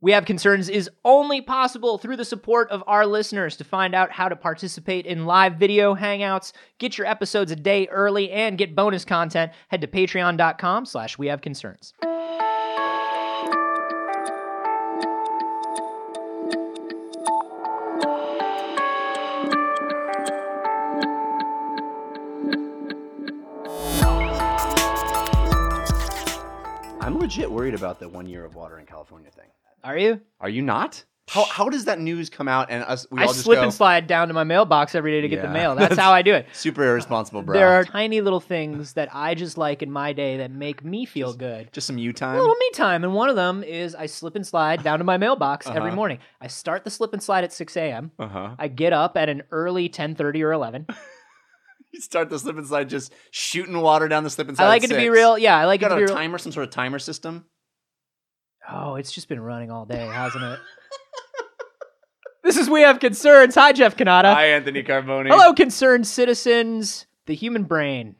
We Have Concerns is only possible through the support of our listeners. To find out how to participate in live video hangouts, get your episodes a day early, and get bonus content, head to patreon.com slash we have concerns. I'm legit worried about the one year of water in California thing. Are you? Are you not? How, how does that news come out and us? We I all just slip go, and slide down to my mailbox every day to get the Yeah. mail. That's how I do it. Super irresponsible, bro. There are tiny little things that I just like in my day that make me feel good. just some you A time. little me time, and one of them is I slip and slide down to my mailbox every Uh-huh. morning. I start the slip and slide at 6 a.m. Uh huh. I get up at an early 10:30 or 11. You start the slip and slide, just shooting water down the slip and slide. I like at it to be six. real. Yeah, I like You it to got be a real. timer, some sort of timer system. Oh, it's just been running all day, hasn't it? this is we have concerns. Hi, Jeff Canada. Hi, Anthony Carboni. Uh, Hello, concerned citizens. The human brain.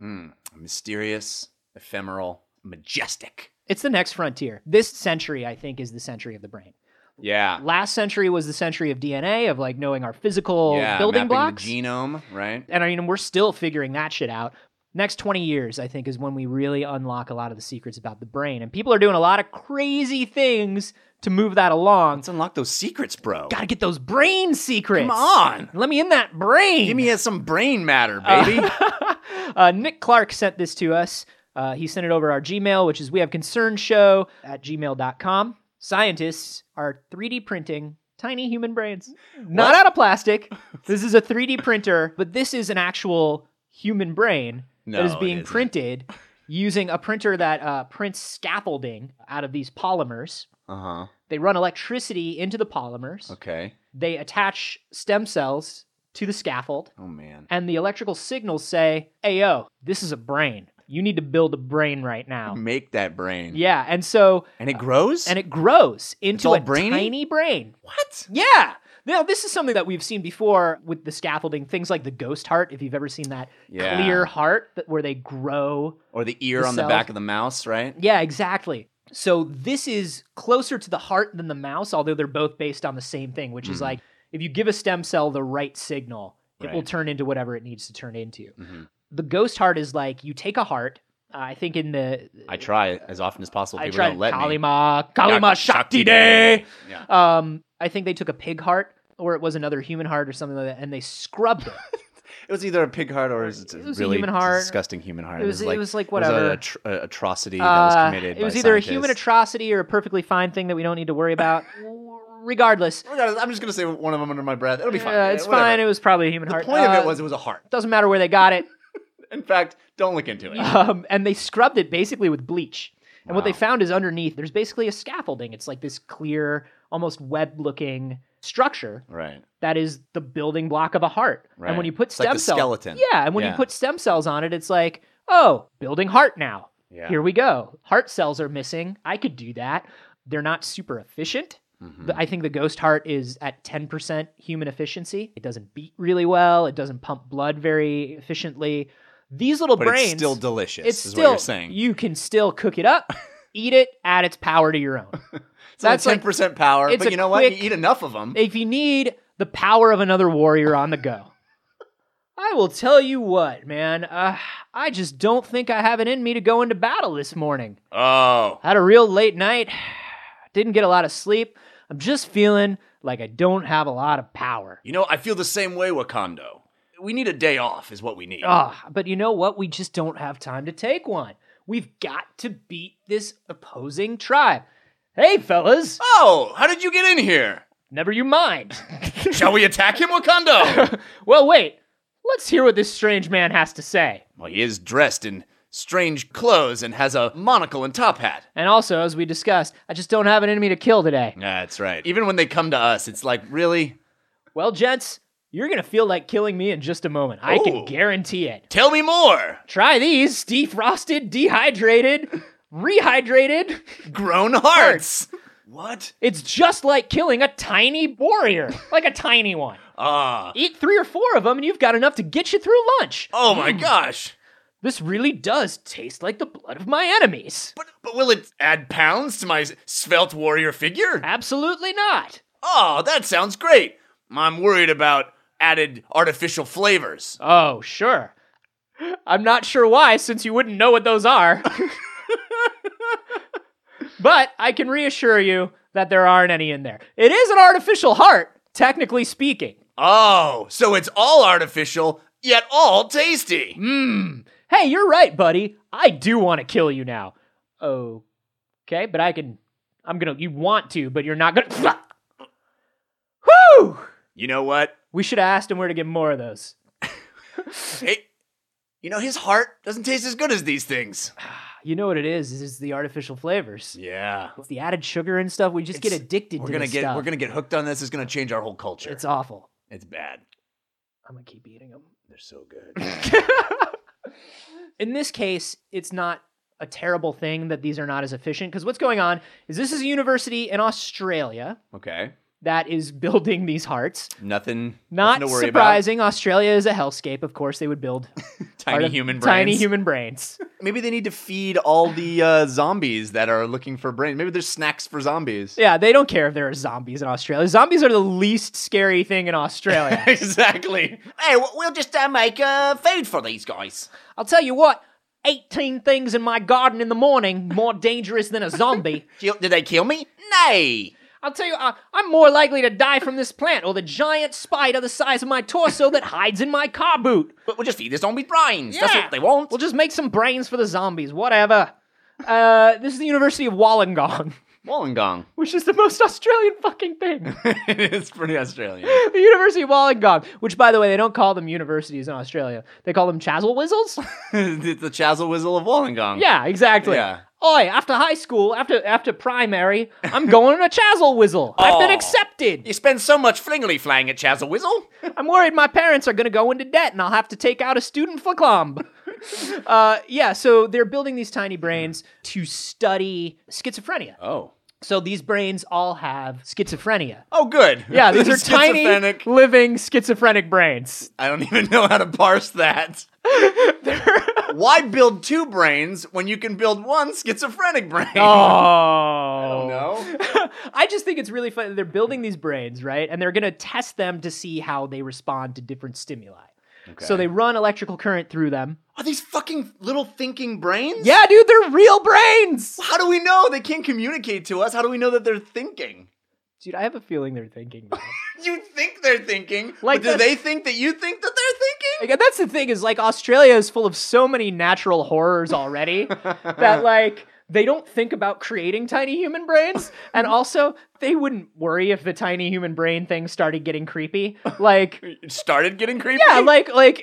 Mm, mysterious, ephemeral, majestic. It's the next frontier. This century, I think, is the century of the brain. Yeah. Last century was the century of DNA, of like knowing our physical yeah. building mapping blocks. The genome, right? and I mean, we're still figuring that shit out. Next 20 years, I think, is when we really unlock a lot of the secrets about the brain. And people are doing a lot of crazy things to move that along. Let's unlock those secrets, bro. Gotta get those brain secrets. Come on. Let me in that brain. Give me uh, some brain matter, baby. uh, Nick Clark sent this to us. Uh, he sent it over our Gmail, which is we have concern show at gmail.com. Scientists are 3D printing tiny human brains. Not What? out of plastic. This is a 3D printer, but this is an actual human brain no, that is it being isn't. printed using a printer that uh, prints scaffolding out of these polymers. Uh huh. They run electricity into the polymers. Okay. They attach stem cells to the scaffold Oh man. and the electrical signals say, "Hey yo, this is a brain. You need to build a brain right now." Make that brain. Yeah, and so And it grows. and it grows into all a brainy? tiny brain. what? Yeah. Now this is something that we've seen before with the scaffolding, things like the ghost heart. If you've ever seen that Yeah. clear heart that, where they grow. Or the ear The on cells. the back of the mouse, right? Yeah, exactly. So this is closer to the heart than the mouse, although they're both based on the same thing, which is Mhm. like if you give a stem cell the right signal, it will Right. turn into whatever it needs to turn into. hmm the ghost heart is like you take a heart. Uh, I think in the I try as often as possible. I People tried don't let me. Kalima Yeah, Kalima Shakti Day. Yeah. Um, I think they took a pig heart or it was another human heart or something like that, and they scrubbed it. It was either a pig heart or it was, It was a a really human heart. disgusting human heart. it was like, it was like was a whatever. atro- a atrocity that was Uh, committed. it was by either a human scientists. atrocity or a perfectly fine thing that we don't need to worry about. Regardless, Regardless, Oh I'm just gonna say one of them under my breath. It'll be fine. uh, it's Whatever. fine. It was probably a human The heart. point of Uh, it was it was a heart. doesn't matter where they got it. In fact, don't look into it. um, and they scrubbed it basically with bleach. And what they Wow. found is underneath there's basically a scaffolding. It's like this clear, almost web-looking structure Right. that is the building block of a heart. And Right. when you put It's like stem the cells, skeleton. yeah, and when you Yeah. put stem cells on it, it's like, oh, building heart now. Yeah. Here we go. Heart cells are missing. I could do that. They're not super efficient. Mhm. The- I think the ghost heart is at 10% human efficiency. It doesn't beat really well. It doesn't pump blood very efficiently. These little But brains it's still delicious. it's is still what you're saying. you can still cook it up, eat it, add its power to your own. it's only that's like- ten percent power, it's a but you know what? quick- You eat enough of them. If you need the power of another warrior on the go, I will tell you what, man. Uh, I just don't think I have it in me to go into battle this morning. Oh, Had a real late night, didn't get a lot of sleep. I'm just feeling like I don't have a lot of power. you know, I feel the same way, Wakando. We need a day off, is what we need. Ah, but you know what? We just don't have time to take one. We've got to beat this opposing tribe. Hey, fellas, Oh, how did you get in here? never you mind. Shall we attack him, Wakando? Well, wait. Let's hear what this strange man has to say. well, he is dressed in strange clothes and has a monocle and top hat. And also, as we discussed, I just don't have an enemy to kill today. That's right. Even when they come to us, it's like, really? Well, gents, you're going to feel like killing me in just a moment. I can Oh. guarantee it. Tell me more. Try these defrosted, dehydrated, rehydrated. Grown hearts. What? It's just like killing a tiny warrior, like a tiny one. Ah. Eat three or four of them, and you've got enough to get you through lunch. oh my gosh. This really does taste like the blood of my enemies. But, but will it add pounds to my s- svelte warrior figure? Absolutely not. Oh, that sounds great. I'm worried about added artificial flavors. Oh, sure. I'm not sure why, since you wouldn't know what those are. but I can reassure you that there aren't any in there. It is an artificial heart, technically speaking. Oh, so it's all artificial, yet all tasty. Hmm. Mmm. Hey, you're right, buddy. I do want to kill you now. Okay, but I can. I'm gonna. You want to, but you're not gonna. Whew! You know what? We should have asked him where to get more of those. Hey, you know, his heart doesn't taste as good as these things. You know what it is? Is it's the artificial flavors. Yeah. It's the added sugar and stuff. We just get It's- addicted We're to gonna this get stuff. we're gonna get hooked on this. It's gonna change our whole culture. It's It's, awful. bad. I'm gonna keep eating them. They're so good. In this case, it's not a terrible thing that these are not as efficient because what's going on is this is a university in Australia okay. that is building these hearts. Nothing. Not nothing to worry surprising. Australia is a hellscape. Of course, they would build About. Tiny arti- human brains. tiny human brains. Maybe they need to feed all the uh, zombies that are looking for brains. Maybe there's snacks for zombies. yeah, they don't care if there are zombies in Australia. Zombies are the least scary thing in Australia. exactly. Hey, w- we'll just uh, make uh, food for these guys. I'll tell you what. 18 things in my garden in the morning more dangerous than a zombie. Kill- Did they kill me? Nay. I'll tell you, I, I'm more likely to die from this plant or the giant spider the size of my torso that hides in my car boot. But we'll just feed the zombies brains. Yeah. want. We'll just make some brains for the zombies, whatever. Uh, this is the University of Wollongong, Wollongong. which is the most Australian fucking thing. it's pretty Australian. the University of Wollongong, which, by the way, they don't call them universities in Australia. They call them Chazzle Wizzles? it's the Chazzle Whizzle of Wollongong. yeah, exactly. Yeah. Oi, after high school, after after primary, I'm going to Chazzle Wizzle. I've been Aw. accepted. You spend so much flingly flying at Chazzle Whizzle. I'm worried my parents are going to go into debt and I'll have to take out a student for clumb. uh, yeah, so they're building these tiny brains to study schizophrenia. Oh. So these brains all have schizophrenia. Oh, good. Yeah, these are tiny Schizophrenic. living schizophrenic brains. I don't even know how to parse that. Why build two brains when you can build one schizophrenic brain? Oh. No. I just think it's really fun. They're building these brains, right? And they're going to test them to see how they respond to different stimuli. So they run electrical current through them. Are these fucking little thinking brains? Yeah, dude, they're real brains. How do we know they can't communicate to us? How do we know that they're thinking? Dude, I have a feeling they're thinking. that. You think they're thinking. Like Like, do the- they think that you think that they're thinking? Like, that's the thing is like Australia is full of so many natural horrors already that like they don't think about creating tiny human brains and also they wouldn't worry if the tiny human brain thing started getting creepy. Like It started getting creepy. yeah, like like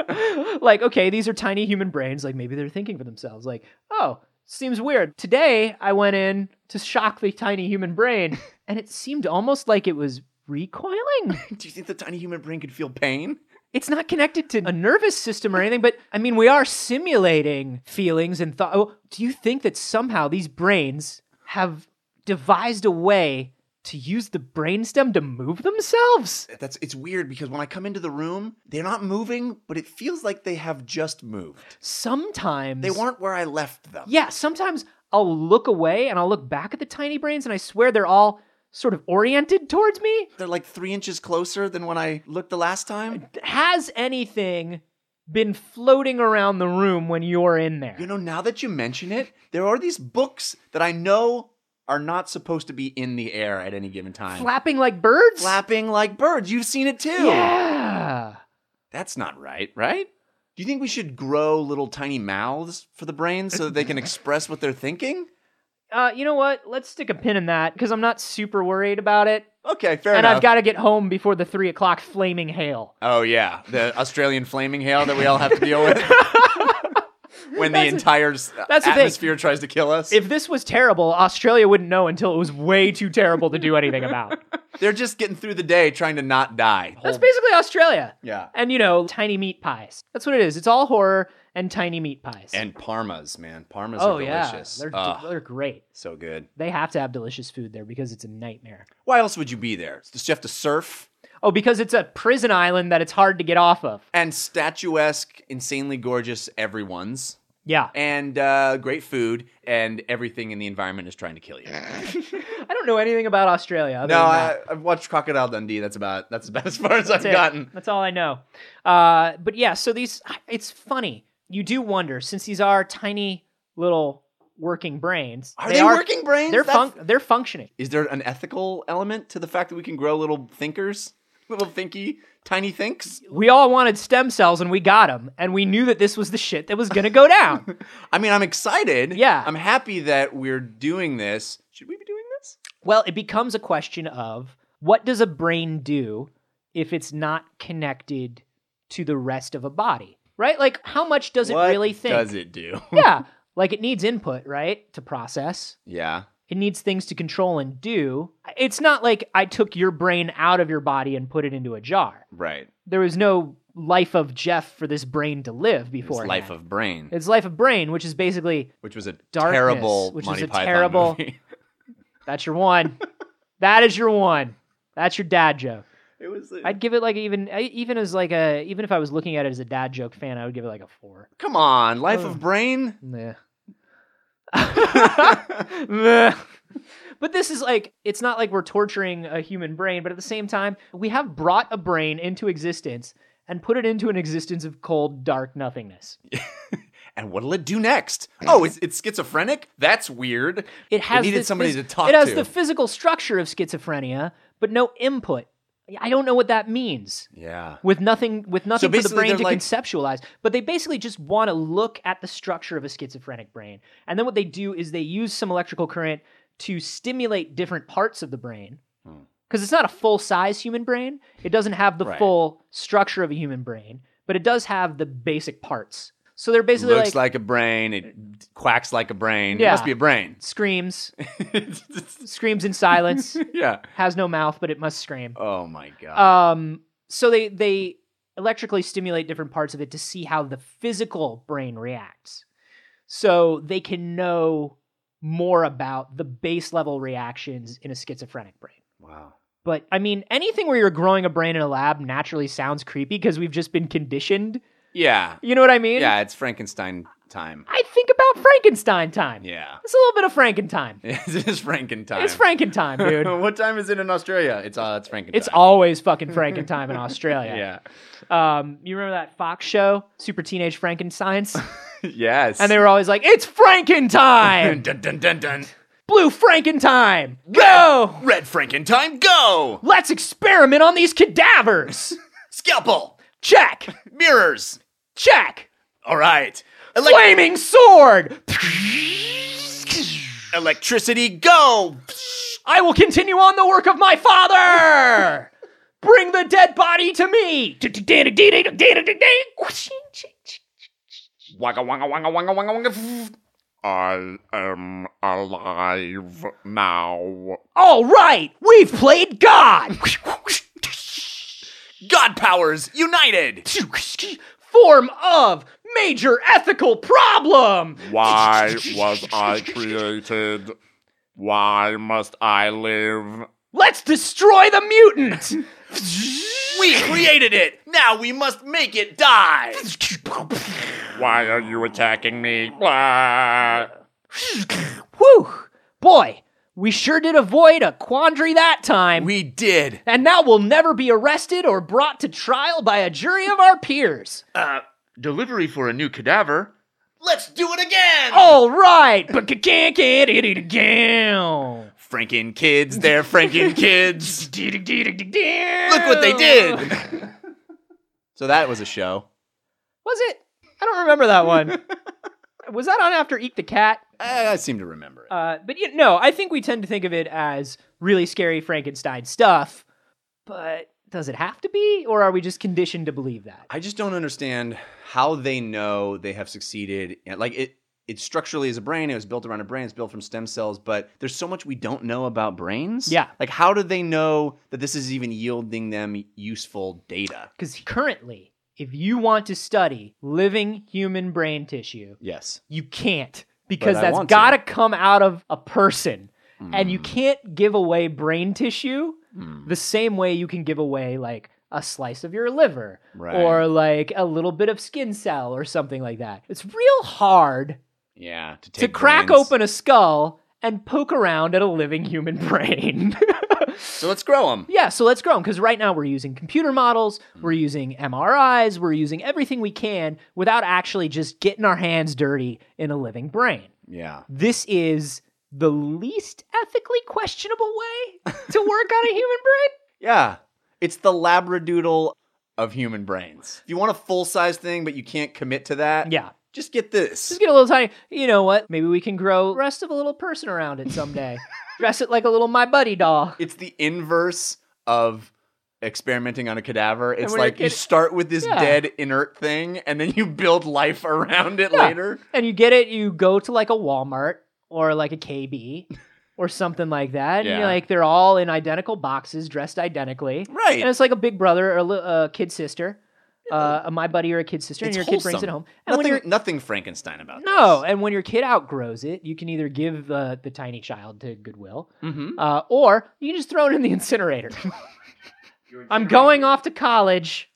like okay, these are tiny human brains like maybe they're thinking for themselves like, "Oh, seems weird. Today I went in to shock the tiny human brain and it seemed almost like it was recoiling." do you think the tiny human brain could feel pain? it's not connected to a nervous system or anything, but I mean, we are simulating feelings and thought. Oh, do you think that somehow these brains have devised a way to use the brainstem to move themselves? That's it's weird because when I come into the room, they're not moving, but it feels like they have just moved. Sometimes They weren't where I left them. Yeah, sometimes I'll look away and I'll look back at the tiny brains, and I swear they're all sort of oriented towards me. They're like three inches closer than when I looked the last time. Has anything been floating around the room when you're in there? You know, now that you mention it, there are these books that I know are not supposed to be in the air at any given time. Flapping like birds? Flapping like birds. You've seen it too. Yeah. That's not right, right? Do you think we should grow little tiny mouths for the brain so that they can express what they're thinking? uh, you know what? Let's stick a pin in that because I'm not super worried about it, Okay, fair and enough. I've got to get home before the three o'clock flaming hail. Oh yeah, the Australian flaming hail that we all have to deal with when the That's- entire s- that's the thing. atmosphere tries to kill us. If this was terrible, Australia wouldn't know until it was way too terrible to do anything about. They're just getting through the day trying to not die. That's basically Australia. Oh. yeah, And you know, tiny meat pies. That's what it is. It's all horror and tiny meat pies. and parmas, man, parmas oh are yeah, delicious. they're Ugh, they're great. so good. They have to have delicious food there because it's a nightmare. Why else would you be there? Does you have to surf? Oh, because it's a prison island that it's hard to get off of. And statuesque, insanely gorgeous everyone's. Yeah. And uh, great food, and everything in the environment is trying to kill you. I don't know anything about Australia. other no, than that. I, I've watched Crocodile Dundee. That's about that's about as far as I've That's it. gotten. That's all I know. Uh, but yeah, so these, it's funny. You do wonder since these are tiny little working brains. Are they, working brains? They're That's- fun- They're functioning. Is there an ethical element to the fact that we can grow little thinkers, little thinky, tiny thinks? We all wanted stem cells and we got them, and we knew that this was the shit that was gonna go down. I mean, I'm excited. Yeah. I'm happy that we're doing this. Should we be doing this? well, it becomes a question of what does a brain do if it's not connected to the rest of a body, right? Like, how much does what it really think? does it do? yeah, like it needs input, right, to process. yeah. It needs things to control and do. It's not like I took your brain out of your body and put it into a jar. Right. There was no life of Jeff for this brain to live It's before. life of brain, it's life of brain, which is basically which was a Darkness, terrible which Monty is a Python terrible- movie. that's your one. that is your one. That's your dad joke. it was. a- I'd give it like even even as like a even if I was looking at it as a dad joke fan, I would give it like a four. Come on, life Ugh. of brain. Nah. Meh. but this is like it's not like we're torturing a human brain but at the same time we have brought a brain into existence and put it into an existence of cold dark nothingness And what'll it do next? Oh, it's, it's schizophrenic. That's weird. it has needed this somebody phys- to talk it has to. the physical structure of schizophrenia but no input i don't know what that means Yeah. with nothing with nothing for the basically brain they're to like- conceptualize but they basically just want to look at the structure of a schizophrenic brain and then what they do is they use some electrical current to stimulate different parts of the brain Hmm. because it's not a full size human brain it doesn't have the Right. full structure of a human brain but it does have the basic parts so they're basically Looks like, like, a brain. It quacks like a brain. It Yeah. must be a brain. screams screams in silence yeah. has no mouth but it must scream Oh my god. um so they they electrically stimulate different parts of it to see how the physical brain reacts so they can know more about the base level reactions in a schizophrenic brain wow. but i mean anything where you're growing a brain in a lab naturally sounds creepy because we've just been conditioned Yeah. you know what i mean Yeah. It's Frankenstein time. i think about frankenstein time Yeah. it's a little bit of frankentime it is Frankentime. it's frankentime dude what time is it in Australia? It's uh, it's Frankentime. it's always fucking frankentime in australia yeah. Um, you remember that Fox show, Super Teenage Frankensteins? yes. and they were always like, "It's Frankentime, dun, dun, dun, dun. Blue Frankentime, go! Red Frankentime, go! Let's experiment on these cadavers. Scalpel, check, mirrors. check. All right. Elec- Flaming sword. electricity, go! I will continue on the work of my father. Bring the dead body to me." Wagga wagga wagga wagga wagga wagga. I am alive now. All right, we've played God. God powers united. form of major ethical problem. Why was I created? Why must I live? Let's destroy the mutant. We created it. Now we must make it die. Why are you attacking me? Why? Whew, boy, we sure did avoid a quandary that time. We did. and now we'll never be arrested or brought to trial by a jury of our peers. Uh, delivery for a new cadaver. Let's do it again. All right, but you can't get it again. Franken kids, they're Franken kids. Look Look what they did. so that was a show. Was it? I don't remember that one. Was that on after Eek the Cat? I, I seem to remember it. Uh, but you know, I think we tend to think of it as really scary Frankenstein stuff. But does it have to be, or are we just conditioned to believe that? I just don't understand how they know they have succeeded. And, Like it, it structurally is a brain. It was built around a brain. It's built from stem cells. But there's so much we don't know about brains. Yeah. Like how do they know that this is even yielding them useful data? Because currently, if you want to study living human brain tissue, Yes. you can't because I that's want got to come out of a person. Hmm. and you can't give away brain tissue the same way you can give away like a slice of your liver Right. or like a little bit of skin cell or something like that. It's real hard Yeah. To, take to crack brains. open a skull and poke around at a living human brain. So let's grow them. Yeah, so let's grow them because right now we're using computer models, we're using MRIs, we're using everything we can without actually just getting our hands dirty in a living brain. Yeah. This is the least ethically questionable way to work on a human brain. Yeah. It's the labradoodle of human brains. If you want a full size thing, but you can't commit to that, Yeah. just get this. Just get a little tiny. You know what? Maybe we can grow the rest of a little person around it someday. Dress it like a little my buddy doll. it's the inverse of experimenting on a cadaver. It's we're gonna like you get- start with this Yeah. dead, inert thing, and then you build life around it Yeah. later. And you get it, you go to like a Walmart or like a KB or something like that. And Yeah. you're like, they're all in identical boxes, dressed identically. Right. And it's like a big brother or a, li- a kid sister, uh, a my buddy or a kid sister, and It's your kid brings wholesome. it home. And when nothing, your nothing Frankenstein about no, and when your kid outgrows it, you can either give the, the tiny child to Goodwill, Mm-hmm. uh, or you can just throw it in the incinerator. I'm going off to college.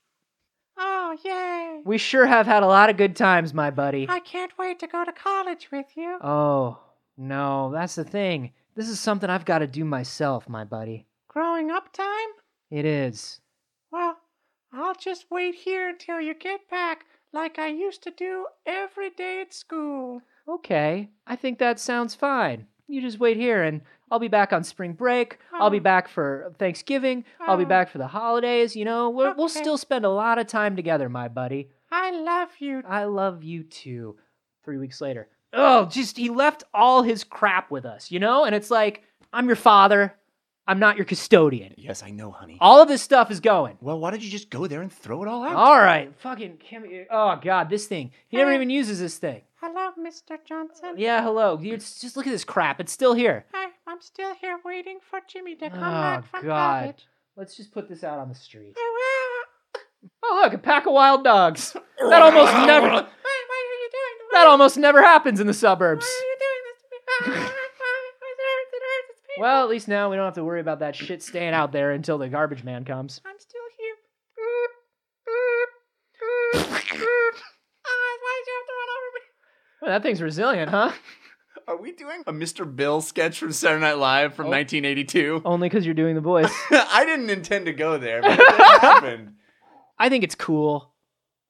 Oh, yay! We sure have had a lot of good times, my buddy. I can't wait to go to college with you. Oh, no, that's the thing. This is something I've got to do myself, my buddy. Growing up time? It is. Well, I'll just wait here until you get back, like I used to do every day at school. Okay, I think that sounds fine. You just wait here and I'll be back on spring break. I'll be Oh. back for Thanksgiving. I'll be Oh. back for the holidays. You know, we'll, we'll Okay. still spend a lot of time together, my buddy. I love you. I love you too. Three weeks later. Oh, just he left all his crap with us, you know? And it's like, I'm your father. I'm not your custodian. Yes, I know, honey. All of this stuff is going. well, why don't you just go there and throw it all out? All right, fucking Kim. Oh God, this thing. He never Oh. Hey. even uses this thing. Hello, Mr. Johnson. Yeah, hello. Dude, s- just look at this crap. It's still here. I, I'm still here waiting for Jimmy to come Oh, back from God. college. Let's just put this out on the street. Hey, wha- Oh look, a pack of wild dogs. That almost never. Why, why are you doing why- That almost never happens in the suburbs. Why are you doing this to me? Ah, ah, it hurts, it hurts, it's painful. Well, at least now we don't have to worry about that shit staying out there until the garbage man comes. I'm still here. Ah, why did Ah, you have to run over me? Well, that thing's resilient, huh? Are we doing a Mr. Bill sketch from Saturday Night Live from Oh. 1982? Only because you're doing the voice. I didn't intend to go there, but it happened. I think it's cool.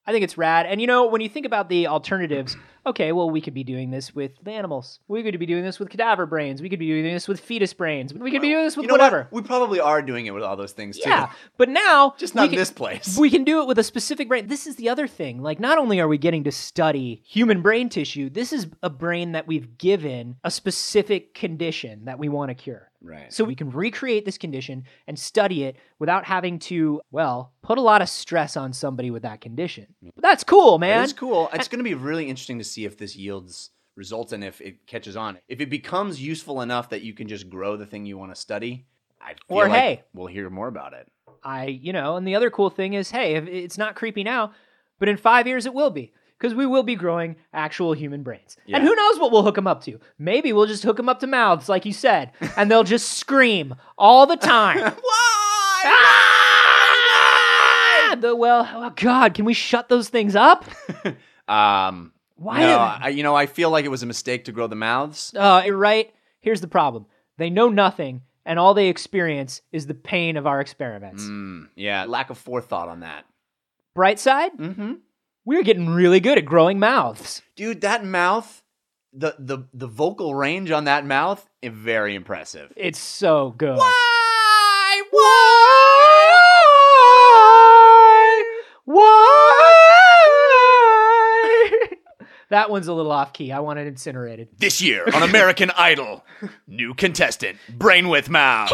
I think it's rad. And you know, when you think about the alternatives, okay, well, we could be doing this with the animals. We could be doing this with cadaver brains. We could be doing this with fetus brains. We could be doing this with You know whatever. What? We probably are doing it with all those things, too. Yeah. But now, Just we not can- this place. We can do it with a specific brain. This is the other thing. Like, not only are we getting to study human brain tissue, this is a brain that we've given a specific condition that we want to cure. right. So we can recreate this condition and study it without having to, well, put a lot of stress on somebody with that condition. But that's cool, man. It's cool. It's going to be really interesting to see if this yields results and if it catches on. If it becomes useful enough that you can just grow the thing you want to study, I feel Or like hey. we'll hear more about it. I, you know, and the other cool thing is, hey, if it's not creepy now, but in five years it will be. Because we will be growing actual human brains. And Yeah. who knows what we'll hook them up to? Maybe we'll just hook them up to mouths, like you said, and they'll just scream all the time. Why? ah! The, well, oh God, can we shut those things up? Um, Why? no, did- I, you know, I feel like it was a mistake to grow the mouths. Uh, right? Here's the problem they know nothing, and all they experience is the pain of our experiments. Mm, yeah, lack of forethought on that. Bright side, Mm-hmm. we're getting really good at growing mouths. Dude, that mouth, the the the vocal range on that mouth, eh, very impressive. It's so good. Why? Why? that one's a little off key. I want it incinerated. This year on American Idol, new contestant, Brain with Mouth.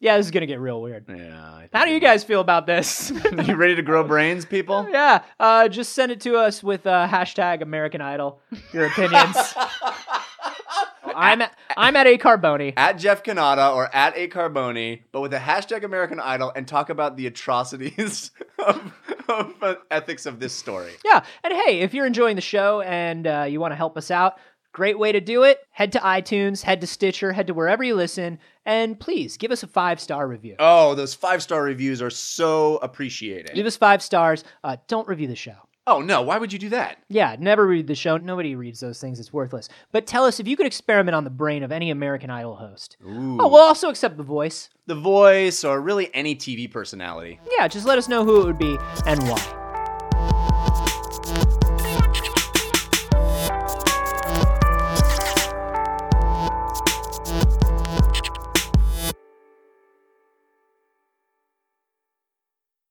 Yeah, this is gonna get real weird. Yeah. How do you guys feel about this? you ready to grow brains, people? yeah, uh, just send it to us with uh, hashtag American Idol. Your opinions. I'm at, I'm at a Carboni. At Jeff Canada or at A Carboni, but with the hashtag American Idol and talk about the atrocities of, of uh, ethics of this story. Yeah. And hey, if you're enjoying the show and uh, you want to help us out, great way to do it. Head to iTunes, head to Stitcher, head to wherever you listen, and please give us a five star review. Oh, those five star reviews are so Leave appreciated. us five stars. Uh, don't review the show. Oh no, why would you do that? Yeah, never read the show. Nobody reads those things. It's worthless. But tell us if you could experiment on the brain of any American Idol host. Oh, we'll also accept the voice. The voice or really any TV personality. Yeah, just let us know who it would be and why.